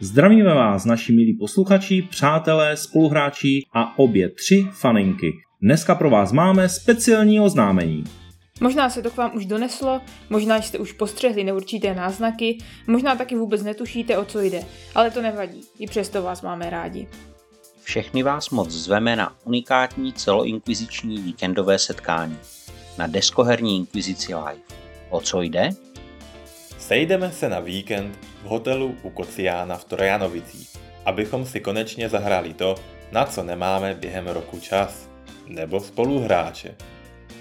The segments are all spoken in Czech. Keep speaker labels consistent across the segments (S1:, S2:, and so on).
S1: Zdravíme vás, naši milí posluchači, přátelé, spoluhráči a obě tři faninky. Dneska pro vás máme speciální oznámení.
S2: Možná se to k vám už doneslo, možná jste už postřehli neurčité náznaky, možná taky vůbec netušíte, o co jde, ale to nevadí, i přesto vás máme rádi.
S3: Všechny vás moc zveme na unikátní celoinkviziční víkendové setkání na deskoherní inkvizici live. O co jde?
S4: Sejdeme se na víkend v hotelu u Kociána v Trojanovicích, abychom si konečně zahráli to, na co nemáme během roku čas, nebo spoluhráče.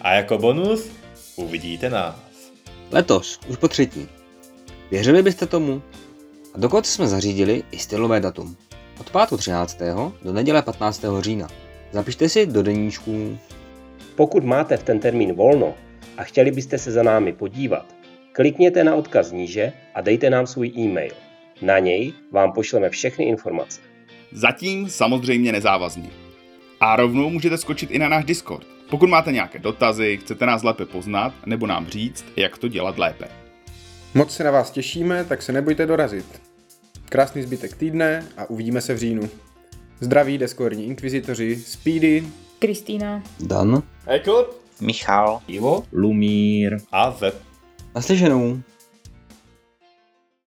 S4: A jako bonus uvidíte nás.
S5: Letos, už po třetí. Věřili byste tomu? A dokonce jsme zařídili i stylové datum. Od pátku 13. do neděle 15. října. Zapište si do deníčků.
S6: Pokud máte v ten termín volno a chtěli byste se za námi podívat, klikněte na odkaz níže a dejte nám svůj e-mail. Na něj vám pošleme všechny informace.
S7: Zatím samozřejmě nezávazně. A rovnou můžete skočit i na náš Discord, pokud máte nějaké dotazy, chcete nás lépe poznat nebo nám říct, jak to dělat lépe.
S8: Moc se na vás těšíme, tak se nebojte dorazit. Krásný zbytek týdne a uvidíme se v říjnu. Zdraví deskorní inkvizitoři, Speedy,
S2: Kristýna.
S5: Dan.
S4: Ekot,
S3: Michal,
S4: Ivo
S1: Lumír.
S4: a Zep.
S5: Naslyšenou.